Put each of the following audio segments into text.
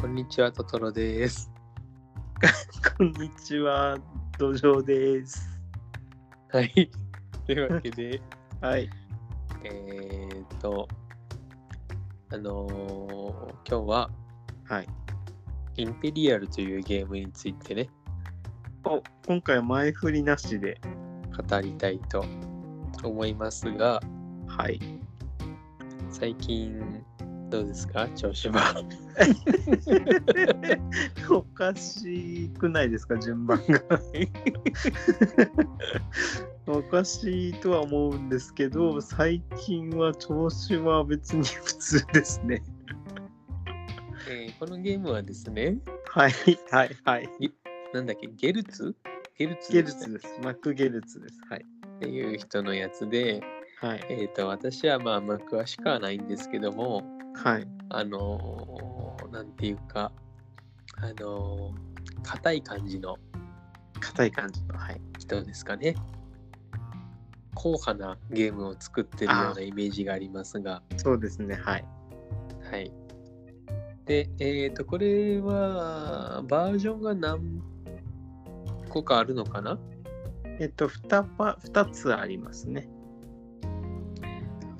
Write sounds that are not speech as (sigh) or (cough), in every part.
こんにちは、トトロです。 (laughs) こんにちは、土壌です。はい。というわけで、 (laughs) はい。えーっと、あのー今日ははい。インペリアルというゲームについてね、お、今回は前振りなしで。語りたいと思いますが、はい。最近、どうですか調子 (laughs) は。おかしくないですか、順番が。 (laughs) おかしいとは思うんですけど、最近は調子は別に普通ですね。えーこのゲームはですね、はい。はい。はい。なんだっけ、ゲルツゲルツゲでルしたっツです。マックゲルツです。はい。ていう人のやつで、はい。えーっと、私はまあ、あんま詳しくはないんですけども、はい。あのーなんていうか、あのー硬い感じの硬い感じの。はい。人ですかね。硬派なゲームを作ってるようあなイメージがありますが。そうですね。はい。はい。で、えっ、と、これは、バージョンが何個かあるのかなえっと、2, パ2つありますね。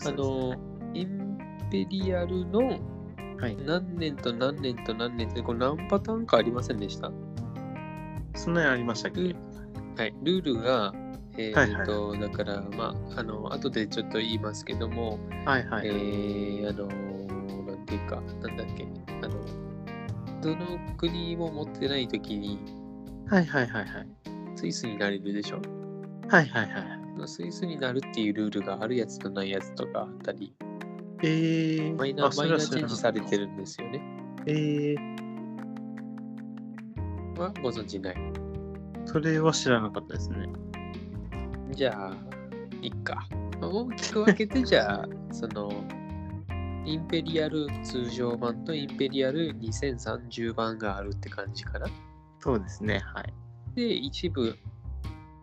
あのーインペリアルのはい、何年と何年と何年って、これ何パターンかありませんでしたそんなにありましたっけ、ルはい、ルールが、えはいーっとだから、まあ、あの後でちょっと言いますけども、はいはい。えーあのなんていうか、なんだっけ、あのどの国も持ってないときにはいはいはいはい。スイスになれるでしょはいはいはいはい。スイスになるっていうルールがあるやつとないやつとかあったり、えー、マイナあーマそイれナはー知チらェンジさなかったれてるんですよね。えー、はご存知ない。それは知らなかったですね。じゃあ、いっか。まあ大きく分けて、じゃあ、その、インペリアル通常版とインペリアル2030版があるって感じかな。そうですね。はい。で、一部、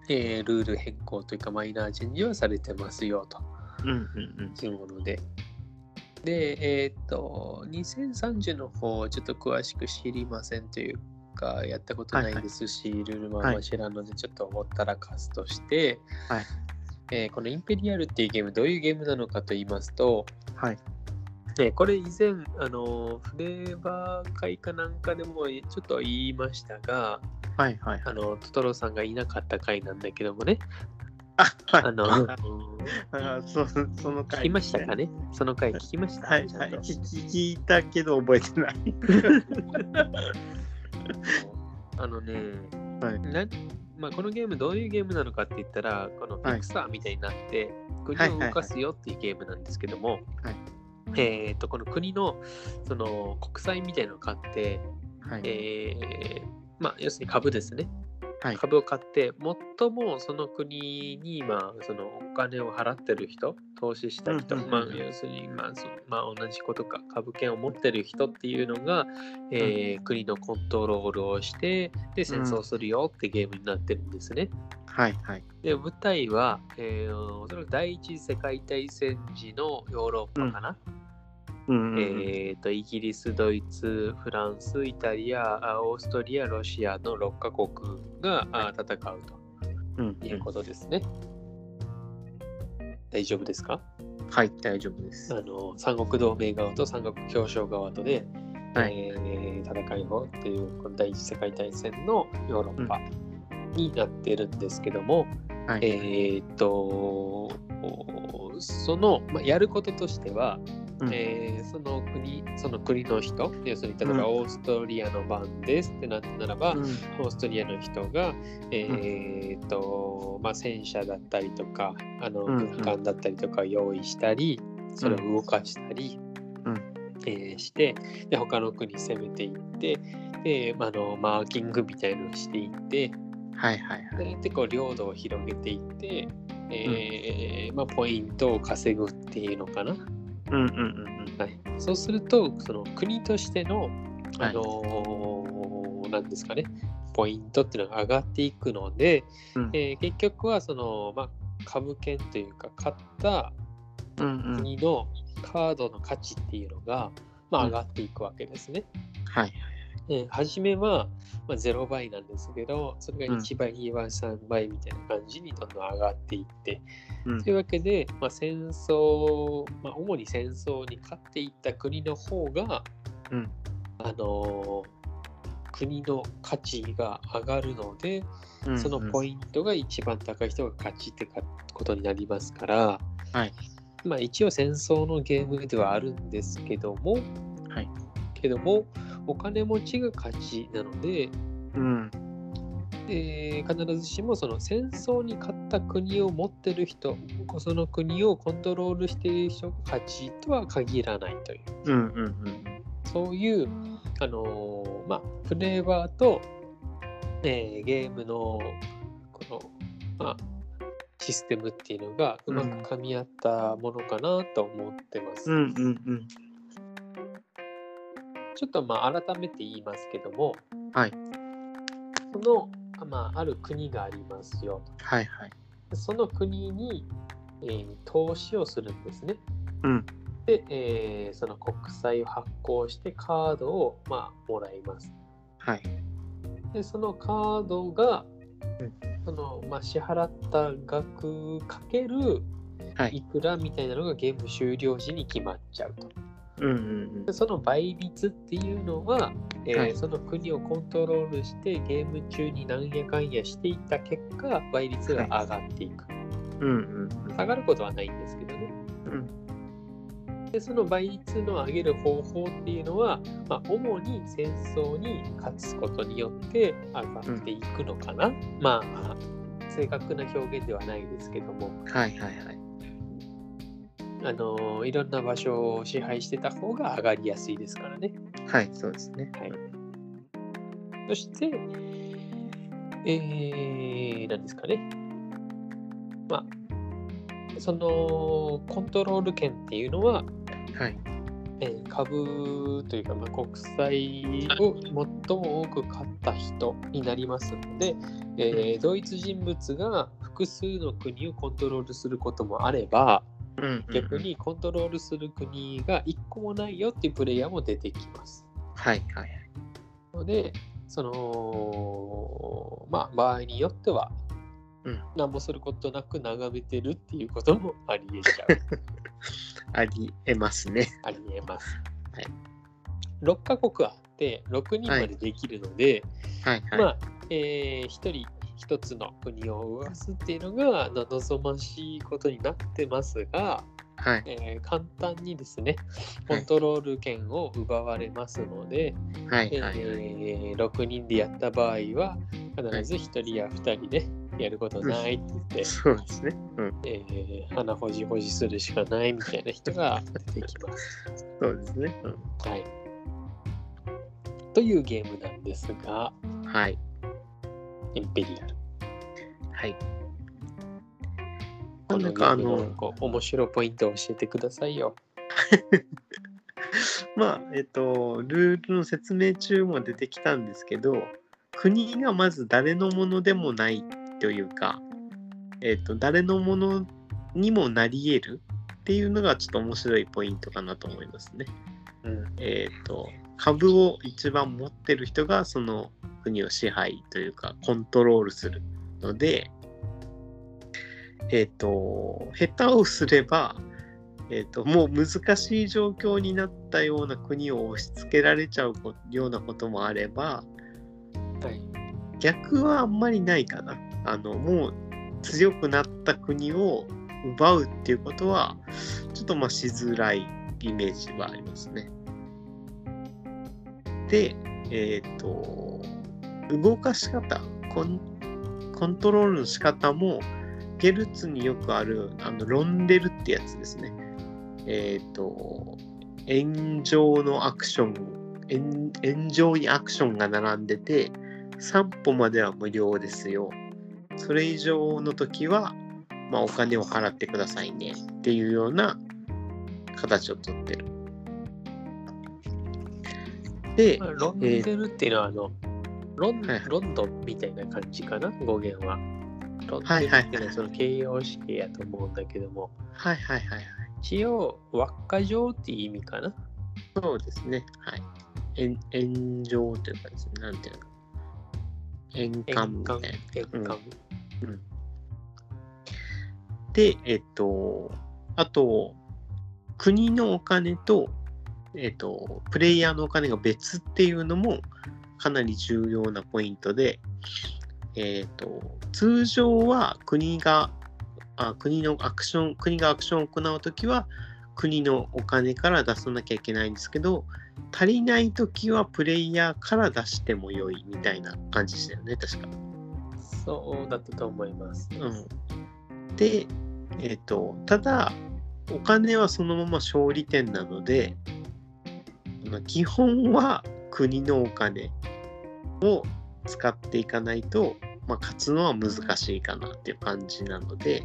えールール変更というか、マイナーチェンジはされてますよとうんうんいうもので。で、えーっと、2030の方はちょっと詳しく知りませんというか、やったことないですし、ルールもあんま知らんので、ちょっと思ったらカスとして、はいえーこのインペリアルっていうゲーム、どういうゲームなのかと言いますと、うん。はい。ね、これ以前、あのフレーバー会かなんかでもちょっと言いましたが、はいはいはあい。のトトロさんがいなかった回なんだけどもね、あ、はい。あのあ (laughs) 聞あそその回きましたかね、その回聞きました、はいはい。聞き聞いたけど覚えてない。 (laughs) あのね、はいなまあ、このゲームどういうゲームなのかって言ったら、このフィクサーみたいになって、国を動かすよっていうゲームなんですけども、はいえー、とこの国のその国債みたいなのを買って、はい。えーまあ、要するに株ですね、はい株を買って最もその国に、まあ、そのお金を払ってる人投資した人、うんうんうんまあ、要するに、まあそのまあ、同じことか株券を持ってる人っていうのが、えー国のコントロールをしてで戦争するよってゲームになってるんですね。はいはい。で舞台は、えーおそらく第一次世界大戦時のヨーロッパかな。うんうんうん。えー、とイギリス、ドイツ、フランス、イタリア、あオーストリア、ロシアの6カ国が、あ戦ううんといううんことですね。大丈夫ですかはい、大丈夫であす。の三国同盟側と三国協商側とで、はいえー戦いをっていうこの第一次世界大戦のヨーロッパになってるんですけども、はい。えー、とおその、まあ、やることとしては、うんえーその国その国の人要するに例えうんばオーストリアの番ですってなったならば、うんオーストリアの人が、えーとまあ、戦車だったりとかあのうんうん軍艦だったりとか用意したり、それを動かしたり、うんえーしてで他の国攻めていってで、まあ、あのマーキングみたいのをしていってはいはいはい。でこう領土を広げていって、えーまあ、ポイントを稼ぐっていうのかな。うんうんうんはい、そうするとその国としての、はいあのーなんですかねポイントっていうのが上がっていくので、うんえー結局はその、まあ、株券というか買ったうん。うんうん。国のカードの価値っていうのが、まあ、上がっていくわけですね。はいはい。えー初めは、まあ、0倍なんですけど、それが1倍、2倍、3倍みたいな感じにどんどん上がっていって、うんというわけで、まあ、戦争、まあ、主に戦争に勝っていった国の方が、うんあのー国の価値が上がるので、うんそのポインイントが一番高い人が勝ちってかことになりますから、はいまあ、一応戦争のゲームではあるんですけども、はいけどもお金持ちが勝ちなので、ト。うん。えー必ずしもその戦争に勝った国を持ってる人その国をコントロールしている人が勝ちとは限らないといううんうんうん。そういう、あのーまあ、フレーバーと、えーゲームのこの、まあ、システムっていうのがうまく噛み合ったものかなと思ってます。うんうんちょっとまあ改めて言いますけども、はいその、まあ、ある国がありますよはいはい。とその国に、えー投資をするんですね。うんで、えーその国債を発行してカードを、まあ、もらいます。はい。でそのカードが、うんそのまあ、支払った額かけるはいいくらみたいなのがゲーム終了時に決まっちゃうと。うんうんでその倍率っていうのは、えーはいその国をコントロールしてゲーム中になんやかんやしていった結果倍率が上がっていく。うん。うんうん下がることはないんですけどね。うん。でその倍率の上げる方法っていうのは、まあ、主に戦争に勝つことによって上がっていくのかな、まあ正確な表現ではないですけども、はいはいはい。あのいろんな場所を支配してた方が上がりやすいですからね。はい、そうですね。はい、そして、えー、何ですかね。まあそのコントロール権っていうのははい。えー株というか、まあ、国債を最も多く買った人になりますので、えー同一人物が複数の国をコントロールすることもあればうんうんうん逆。にコントロールする国が1個もないよっていうプレイヤーも出てきますはいはいはい。のでそのまあ場合によってはうん何もすることなく眺めてるっていうこともありえちゃう (laughs) ありえますね。ありえます。はい6カ国あって6人までできるので、はいはい。まあ、え1人1つの国を動かすっていうのがまあ望ましいことになってますが、はいえー簡単にですねコはいントロール権を奪われますので、はいはいはい。え6人でやった場合は必ず1人や2人でやることないって言って、そうですね。うん。えー鼻ほじほじするしかないみたいな人が出てきます。そうですね。はい。というゲームなんですが、うん。はい。インペリアル。はい。こなのんゲかーあムのの、こう面白いポイントを教えてくださいよ。まあ、えっと、ルールの説明中も出てきたんですけど、国がまず誰のものでもないというか、えっと、誰のものにもなり得るっていうのがちょっと面白いポイントかなと思いますね。うん。えっと、株を一番持ってる人がその国を支配というか、コントロールするので、えっと、下手をすれば、えー、ともう難しい状況になったような国を押し付けられちゃうこようなこともあればはい。逆はあんまりないかなあのもう強くなった国を奪うっていうことはちょっとまあしづらいイメージはありますね。でえっ、と動かし方コンコントロールの仕方もゲルツによくあるあのロンデルってやつですね。えっ、と炎上のアクション炎炎上にアクションが並んでて3歩までは無料ですよ。それ以上の時は、まあ、お金を払ってくださいねっていうような形をとってる。でま、あロンデルっていうのは、あの、ロンはいはいロンドンみたいな感じかな、語源は。ロンはデいルはいはいっていうのはその形容詞形やと思うんだけども、はいはいはいはい。一応、輪っか状っていう意味かな。そうですね。はい。炎炎上というかですね、なんていうの、炎円管環みたいな。円環で、えっと、あと、国のお金と、えっと、プレイヤーのお金が別っていうのもかなり重要なポイントで、えっと、通常は国が、あ国のアクション、国がアクションを行うときは、国のお金から出さなきゃいけないんですけど、足りないときはプレイヤーから出しても良いみたいな感じでしたよね、確か。そうだったと思います。うん、で、えっとただお金はそのまま勝利点なのであの基本は国のお金を使っていかないと、まあ、勝つのは難しいかなっていう感じなので、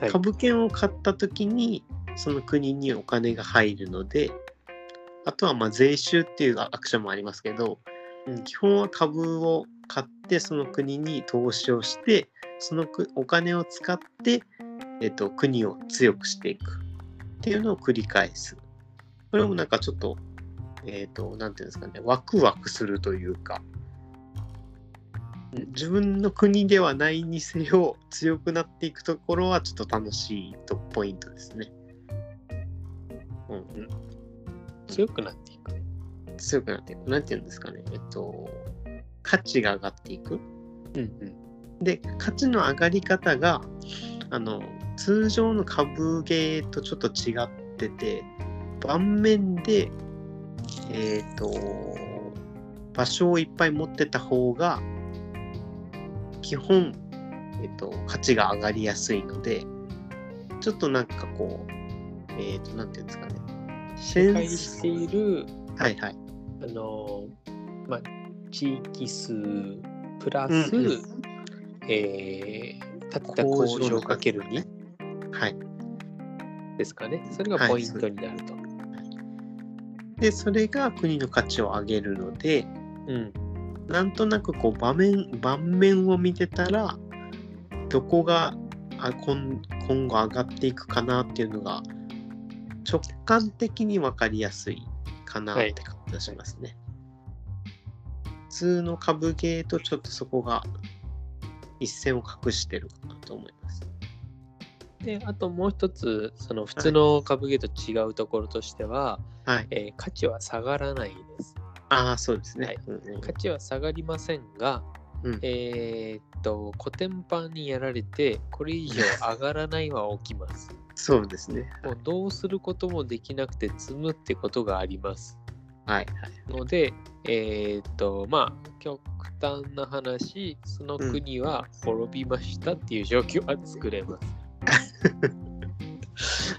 はい株券を買った時にその国にお金が入るのであとはまあ税収っていうアクションもありますけど、うん基本は株を買ってその国に投資をしてそのくお金を使って、えっと、国を強くしていくっていうのを繰り返すこれもなんかちょっとえっ、となんていうんですかねワクワクするというか自分の国ではないにせよ強くなっていくところはちょっと楽しいとポイントですね。うんうん、強くなっていく。強くなっていく。なんていうんですかね。えっと、価値が上がっていく。うんで、価値の上がり方が、あの、通常の株ゲーとちょっと違ってて、盤面で、えっと、場所をいっぱい持ってた方が、基本、えっと、価値が上がりやすいので、ちょっとなんかこう、えっと、なんていうんですかね。うん。返している、はいはい。あのー、まあ、地域数プラス、うんうんえー、建てた工場かける2はい。ですかね。それがポイントになると。でそれが国の価値を上げるのでうん。なんとなくこう場面盤面を見てたらどこがあ今今後上がっていくかなっていうのが直感的に分かりやすいかなって感じがしますね。普通の株ゲーとちょっとそこが一線を隠してるかなと思います。で、あともう一つ、その普通の株ゲーと違うところとしては、はい。えー価値は下がらないです。ああ、そうですね。はいうんうん価値は下がりませんが、うんえーっと、コテンパンにやられて、これ以上上がらないは起き (laughs) ます。そうですね。もうどうすることもできなくて積むってことがあります。はい。ので、えーっと、まあ、極端な話、その国は滅びましたっていう状況は作れます。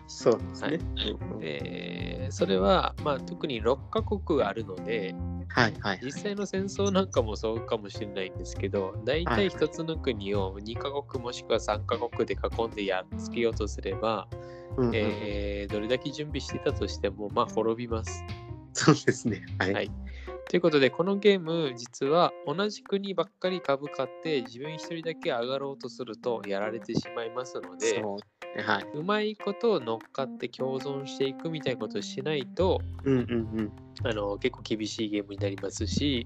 そうですね。うんうんで、それは、まあ、特に6カ国あるので、はいはい。実際の戦争なんかもそうかもしれないんですけど大は体い一つの国を2カ国もしくは3カ国で囲んでやっつけようとすれば、うんうんえーどれだけ準備してたとしてもまあ滅びます。そうですね。はい。はいということでこのゲーム実は同じ国ばっかり株買って自分一人だけ上がろうとするとやられてしまいますのでそうはい。うまいことを乗っかって共存していくみたいなことをしないとうんうんうん。あの結構厳しいゲームになりますし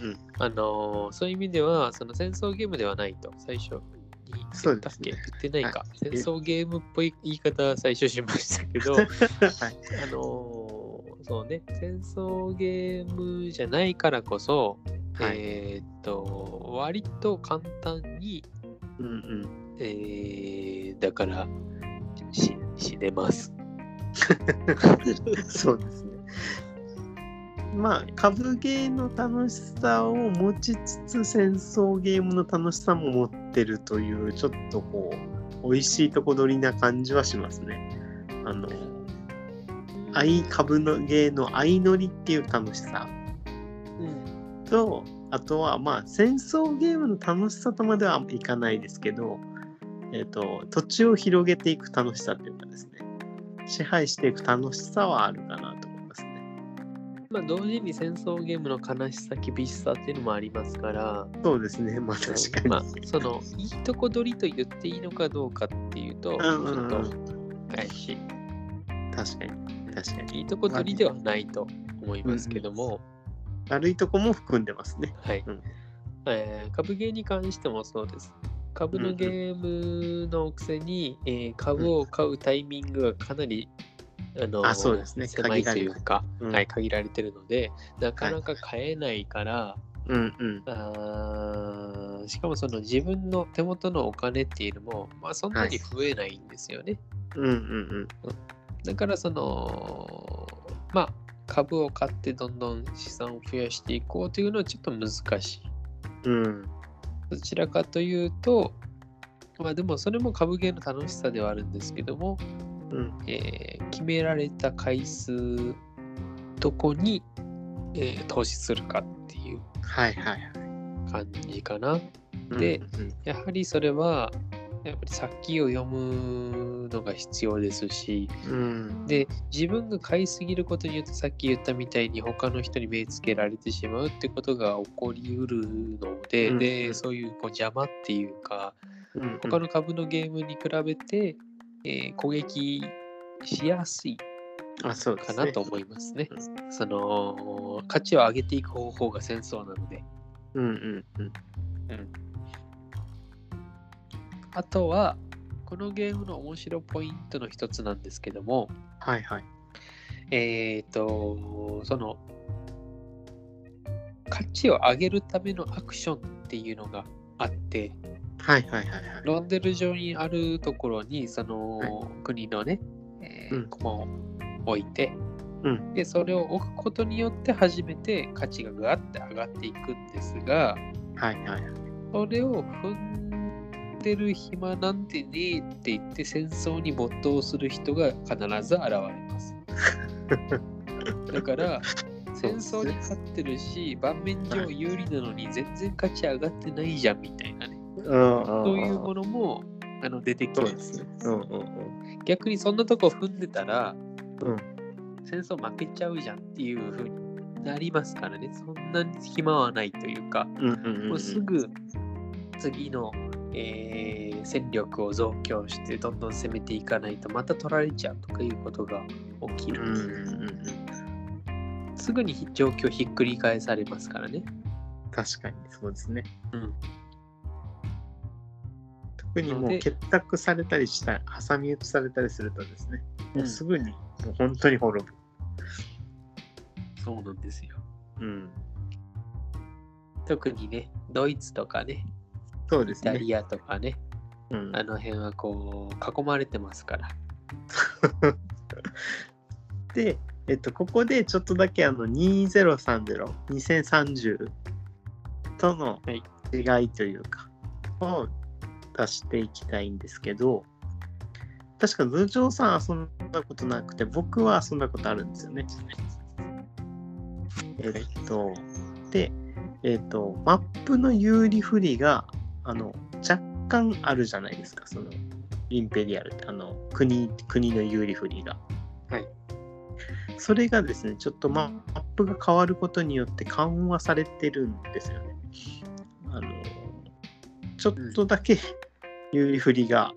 うんうん。あのーそういう意味では、その戦争ゲームではないと、最初に言そうっでたっすけ、ね言ってないか、はい戦争ゲームっぽい言い方は最初しましたけ (laughs) ど、あはい。のーそうね、戦争ゲームじゃないからこそ、はい。えーっと、割と簡単に、うんうん。 (laughs) えーだから、し死ねます。そうですね。まあ、株ゲーの楽しさを持ちつつ、戦争ゲームの楽しさも持ってるという、ちょっとこう、美味しいとこ取りな感じはしますね。あの、愛、株のゲーの相乗りっていう楽しさうんとあとはまあ戦争ゲームの楽しさとまではいかないですけど、えっと土地を広げていく楽しさっていうかですね支配していく楽しさはあるかなと思いますね。まあ、同時に戦争ゲームの悲しさ、厳しさっていうのもありますから、そうですねまあ確かに。まあ、そのいいとこ取りと言っていいのかどうかっていうと、ちうんうょんっうとん、怪し確かに確かい。に。いいとこ取りではないと思いますけども、悪いとこも含んでますね。はい、うんえー株ゲーに関してもそうです。株のゲームのくせに、えー株を買うタイミングがかなり、あのあそうですね狭いというか、限られてるうはい、限られてるんので、なかなか買えないから、うんうん。あーしかもその自分の手元のお金っていうのも、まあ、そんなに増えないんですよね。うんうんだからそのまあ株を買ってどんどん資産を増やしていこうというのはちょっと難しい。うん。うん。どちらかというと、まあでもそれも株芸の楽しさではあるんですけども、うんえー決められた回数どこに、えー投資するかっていうはいはいはい。感じかな。でうんやはりそれはやっぱり先を読むのが必要ですしうん、で自分が買いすぎることによってさっき言ったみたいに他の人に目つけられてしまうってことが起こりうるので、うんでそういうこう邪魔っていうかうんうん他の株のゲームに比べて、えー攻撃しやすいあそうでかすなねと思いますね。その価値を上げていく方法が戦争なので。うんうんうんあとはこのゲームの面白ポイントの一つなんですけども、はいはいえっ、と、その、価値を上げるためのアクションっていうのがあって、はいはいはいはいロンデル上にあるところに、その、はい国のね、えーうん駒を置いて、うんで、それを置くことによって初めて価値がガーって上がっていくんですが、はいはいそれを踏んでる暇なんてねえって言って戦争に没頭する人が必ず現れ (laughs) ます。だから戦争に勝ってるし盤面上有利なのに全然価値上がってないじゃんみたいなねうんうんそういうものもあの出てきそまうですすね。うんうん逆にそんなとこ踏んでたらうん戦争負けちゃうじゃんっていう風になりますからねそんなに暇はないというか。うんうんうんうもんうすぐ次の、えー戦力を増強してどんどん攻めていかないとまた取られちゃうとかいうことが起きうる、んうんうんすぐに状況ひっくり返されますからね確かにそうですねうん特にものうで結託されたりした挟み撃ちされたりするとですねもうすぐにもう本当に滅ぶそうなんですようん特にねドイツとかねそうでイすタねリアとかねうんあの辺はこう囲まれてますからで、えっと、ここでちょっとだけあの2030、2030とのはい違いというか、を出していきたいんですけど、確か頭上さん遊んだことなくて、僕は遊んだことあるんですよね。えっと、で、えっと、マップの有利不利が、あの、若干あるじゃないですか、その、インペリアルって、あの、国、国の有利不利が。それがですね、ちょっとまあマップが変わることによって緩和されてるんですよね。あのちょっとだけ有利振りが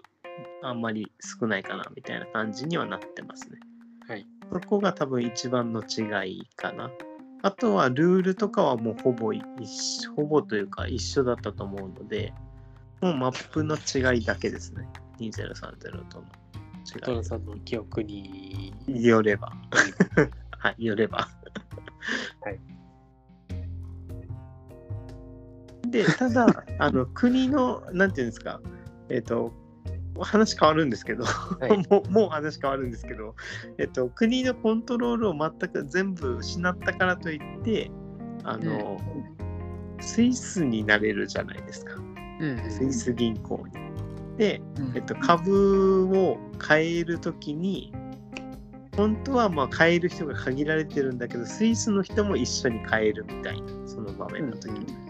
あんまり少ないかなみたいな感じにはなってますね。はいそこが多分一番の違いかな。あとはルールとかはもうほぼ一緒、ほぼというか一緒だったと思うので、もうマップの違いだけですね。2030との違トいラ。さんの記憶によれ (laughs) ば。はい、よれば。はい。で、(laughs) ただ、あの国の、なんていうんですか、えっ、と、話変わるんですけど、い (laughs) もうもう話変わるんですけど、えっと、国のコントロールを全く全部失ったからといって、あの、スイスになれるじゃないですか、うんスイス銀行に。で、うんえっと、株を買えるときに、本当はまあ買える人が限られてるんだけど、スイスの人も一緒に買えるみたいな、その場面の時に。うん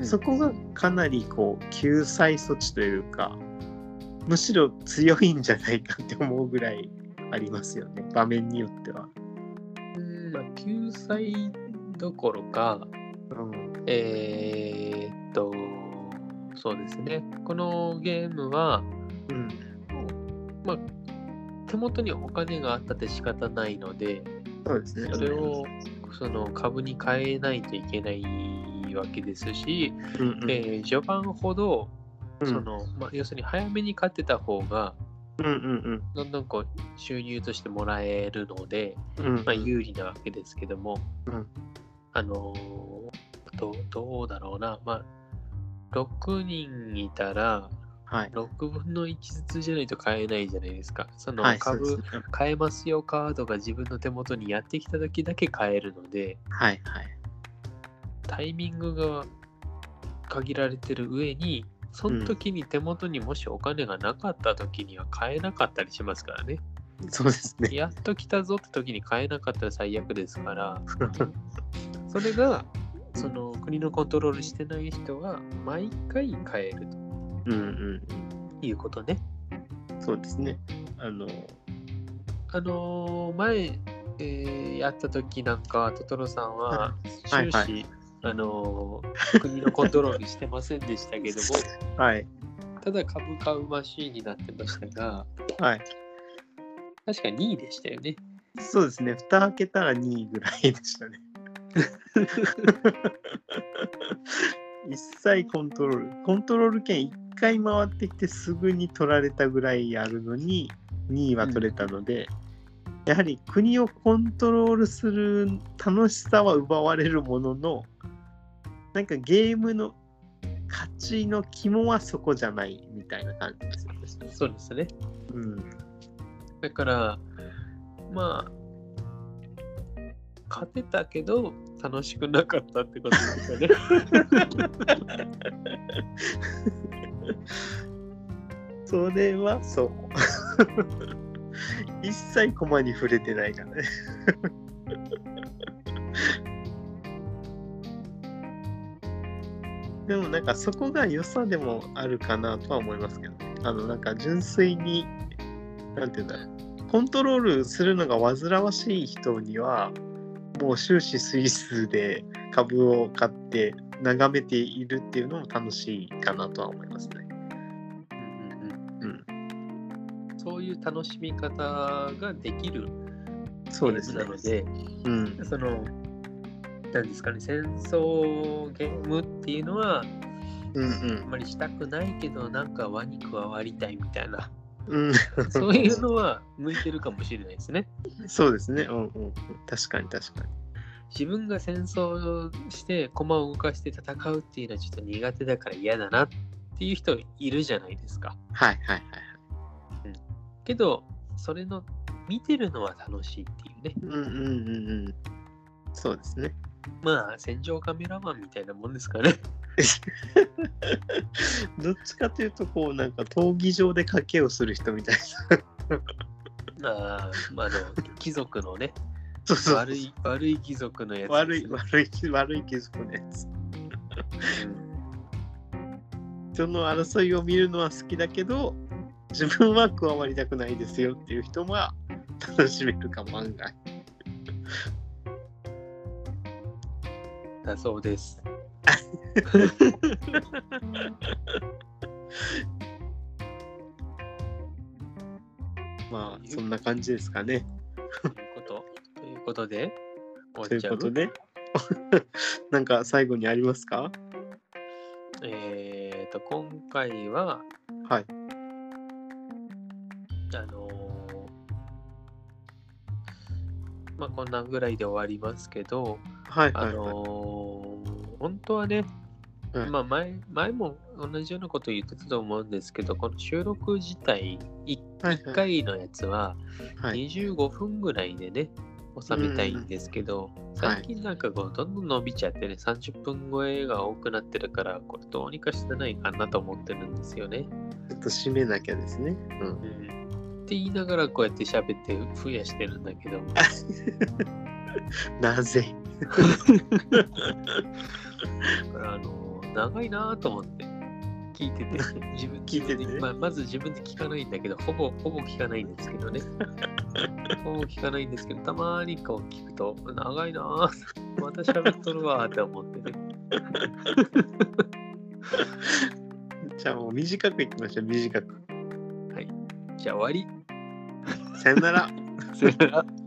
そこがかなりこう救済措置というか、むしろ強いんじゃないかって思うぐらいありますよね、場面によっては。うんまあ救済どころかうん、えーっと、そうですね。このゲームは、うん、まあ、手元にお金があったって仕方ないので、そうですね。それをその株に変えないといけないわけですし、うんうんえー序盤ほどうんその、まあ、要するに早めに買ってた方がうんうんどんどんこう収入としてもらえるので、うんうんまあ、有利なわけですけども、うんあのーどうどうだろうな、まあ、6人いたらはい6分の1ずつじゃないと買えないじゃないですかそのはいそう株、ですね買えますよカードが自分の手元にやってきた時だけ買えるのではいはいタイミングが限られてる上にその時に手元にもしお金がなかった時には買えなかったりしますからね。そうですねやっと来たぞって時に買えなかったら最悪です (laughs) から、それがその国のコントロールしてない人が毎回買えるうんうんということね。そうですねあのあのー前、えーやった時なんかトトロさんはは終い始、あのー国のコントロールしてませんでしたけども (laughs) はいただ株買うマシーンになってましたがはい確か2位でしたよね。そうですね蓋開けたら2位ぐらいでしたね (laughs) 一切コントロールコントロール権1回回ってきてすぐに取られたぐらいあるのに2位は取れたので、やはり国をコントロールする楽しさは奪われるもののなんかゲームの勝ちの肝はそこじゃないみたいな感じですよね。そうですねうんだからまあ勝てたけど楽しくなかったってことですよね。それはそう。 (laughs) 一切駒に触れてないからね。 (laughs) でもなんかそこが良さでもあるかなとは思いますけど、あのなんか純粋に、なんていうんだろう、コントロールするのが煩わしい人には、もう終始スイスで株を買って眺めているっていうのも楽しいかなとは思いますね。うんそういう楽しみ方ができるそうですねな。ので、うん、その、なんですかね、戦争ゲームっていうのは、うんあんまりしたくないけど、なんか輪に加わりたいみたい (laughs) な、うん、そういうのは向いてるかもしれないですね。うん、そうですね、うんうん、確かに確かに。自分が戦争して、駒を動かして戦うっていうのはちょっと苦手だから嫌だなっていう人いるじゃないですか。はいはいはい。けど、それの見てるのは楽しいっていうね。うんうんうんうん。そうですね。まあ、戦場カメラマンみたいなもんです (laughs) かね。どっちかというと、こうなんか闘技場で賭けをする人みたいな。あー (laughs) まあ、あの、貴族のね、そうそう悪い、悪い貴族のやつ、悪い悪い悪い気づくのやつ。その争いを見るのは好きだけど、自分は加わりたくないですよっていう人は楽しめるかも案外。うんだそう (laughs) です。まあそんな感じですかね。ということ。ということで、と終わっいちうゃうことで、なんか最後にありますかえっ、と、今回は、はい。あのーまあ、こんなぐらいで終わりますけど、はいあはい、はい。のー本当はね、うんまあ前前も同じようなこと言ってたと思うんですけど、この収録自体、1はいはい回のやつははい、 25分ぐらいでね、収めたいんですけど、はい最近なんかこうどんどん伸びちゃってね、30分超えが多くなってるから、これどうにかしてないかなと思ってるんですよね。ちょっと締めなきゃですね。うん、って言いながらこうやって喋って増やしてるんだけ (laughs) ど、なぜ (laughs) これあの長いなと思って聞いて (laughs) て自分聞いてて自分でまあ、まず自分で聞かないんだけどほぼほぼ聞かないんですけ (laughs) どねほぼ聞かないんですけどたまにこう聞くと長いなぁまた喋っとるわーって思ってねじゃあもう短くいきましょう、短く。じゃあ終わさよなら。りさよなら